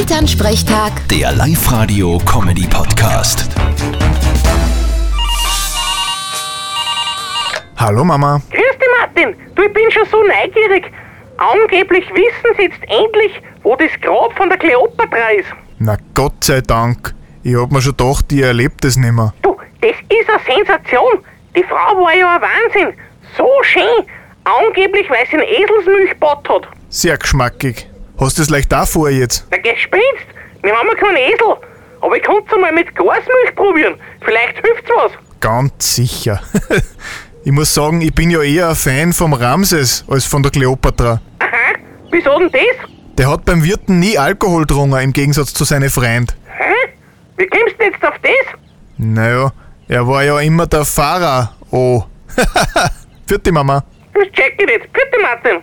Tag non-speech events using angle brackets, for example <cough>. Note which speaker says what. Speaker 1: Elternsprechtag,
Speaker 2: Der Live-Radio-Comedy-Podcast.
Speaker 3: Hallo Mama.
Speaker 4: Grüß dich, Martin. Du, ich bin schon so neugierig. Angeblich wissen sie jetzt endlich, wo das Grab von der Kleopatra ist.
Speaker 3: Na Gott sei Dank. Ich hab mir schon gedacht, ihr erlebt es nimmer.
Speaker 4: Du, das ist eine Sensation. Die Frau war ja ein Wahnsinn. So schön. Angeblich, weil sie einen Eselsmilch gebaut hat.
Speaker 3: Sehr geschmackig. Hast du es leicht davor jetzt?
Speaker 4: Na, gespinst. Wir haben ja keinen Esel. Aber ich konnte es mal mit Gasmilch probieren. Vielleicht hilft's was.
Speaker 3: Ganz sicher. <laughs> ich muss sagen, ich bin ja eher ein Fan vom Ramses als von der Kleopatra.
Speaker 4: Aha, wieso denn das?
Speaker 3: Der hat beim Wirten nie Alkohol drungen, im Gegensatz zu seinem Freund.
Speaker 4: Hä? Wie kommst du jetzt auf das?
Speaker 3: Naja, er war ja immer der Pfarrer. Oh. <laughs> Vierte Mama.
Speaker 4: Das check ich nicht. Bitte, Martin.